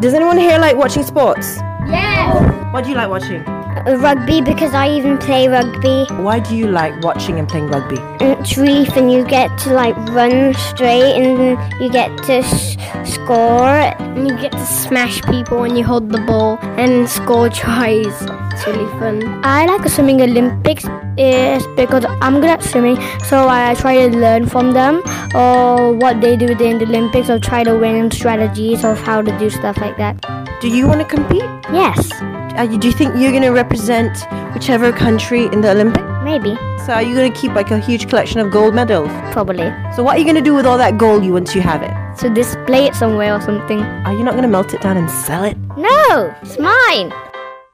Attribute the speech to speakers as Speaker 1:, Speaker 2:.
Speaker 1: Does anyone here like watching sports?
Speaker 2: Yeah.
Speaker 1: What do you like watching?
Speaker 2: Uh, Rugby because I even play rugby.
Speaker 1: Why do you like watching and playing rugby?
Speaker 2: And It's really fun. You get to like run straight and you get to s- score.
Speaker 3: And you get to smash people when you hold the ball and score tries. It's really fun.
Speaker 2: I like swimming Olympics is because I'm good at swimming, so I try to learn from them or what they do in the Olympics or try to win strategies of how to do stuff like that.
Speaker 1: Do you want to compete?
Speaker 2: Yes,
Speaker 1: Are you, do you think you're going to represent whichever country in the Olympics?
Speaker 2: maybe,
Speaker 1: So are you going to keep like a huge collection of gold medals?
Speaker 2: probably.
Speaker 1: So what are you going to do with all that gold you once you have it?
Speaker 3: So display it somewhere or something.
Speaker 1: Are you not going to melt it down and sell it?
Speaker 2: No, it's mine.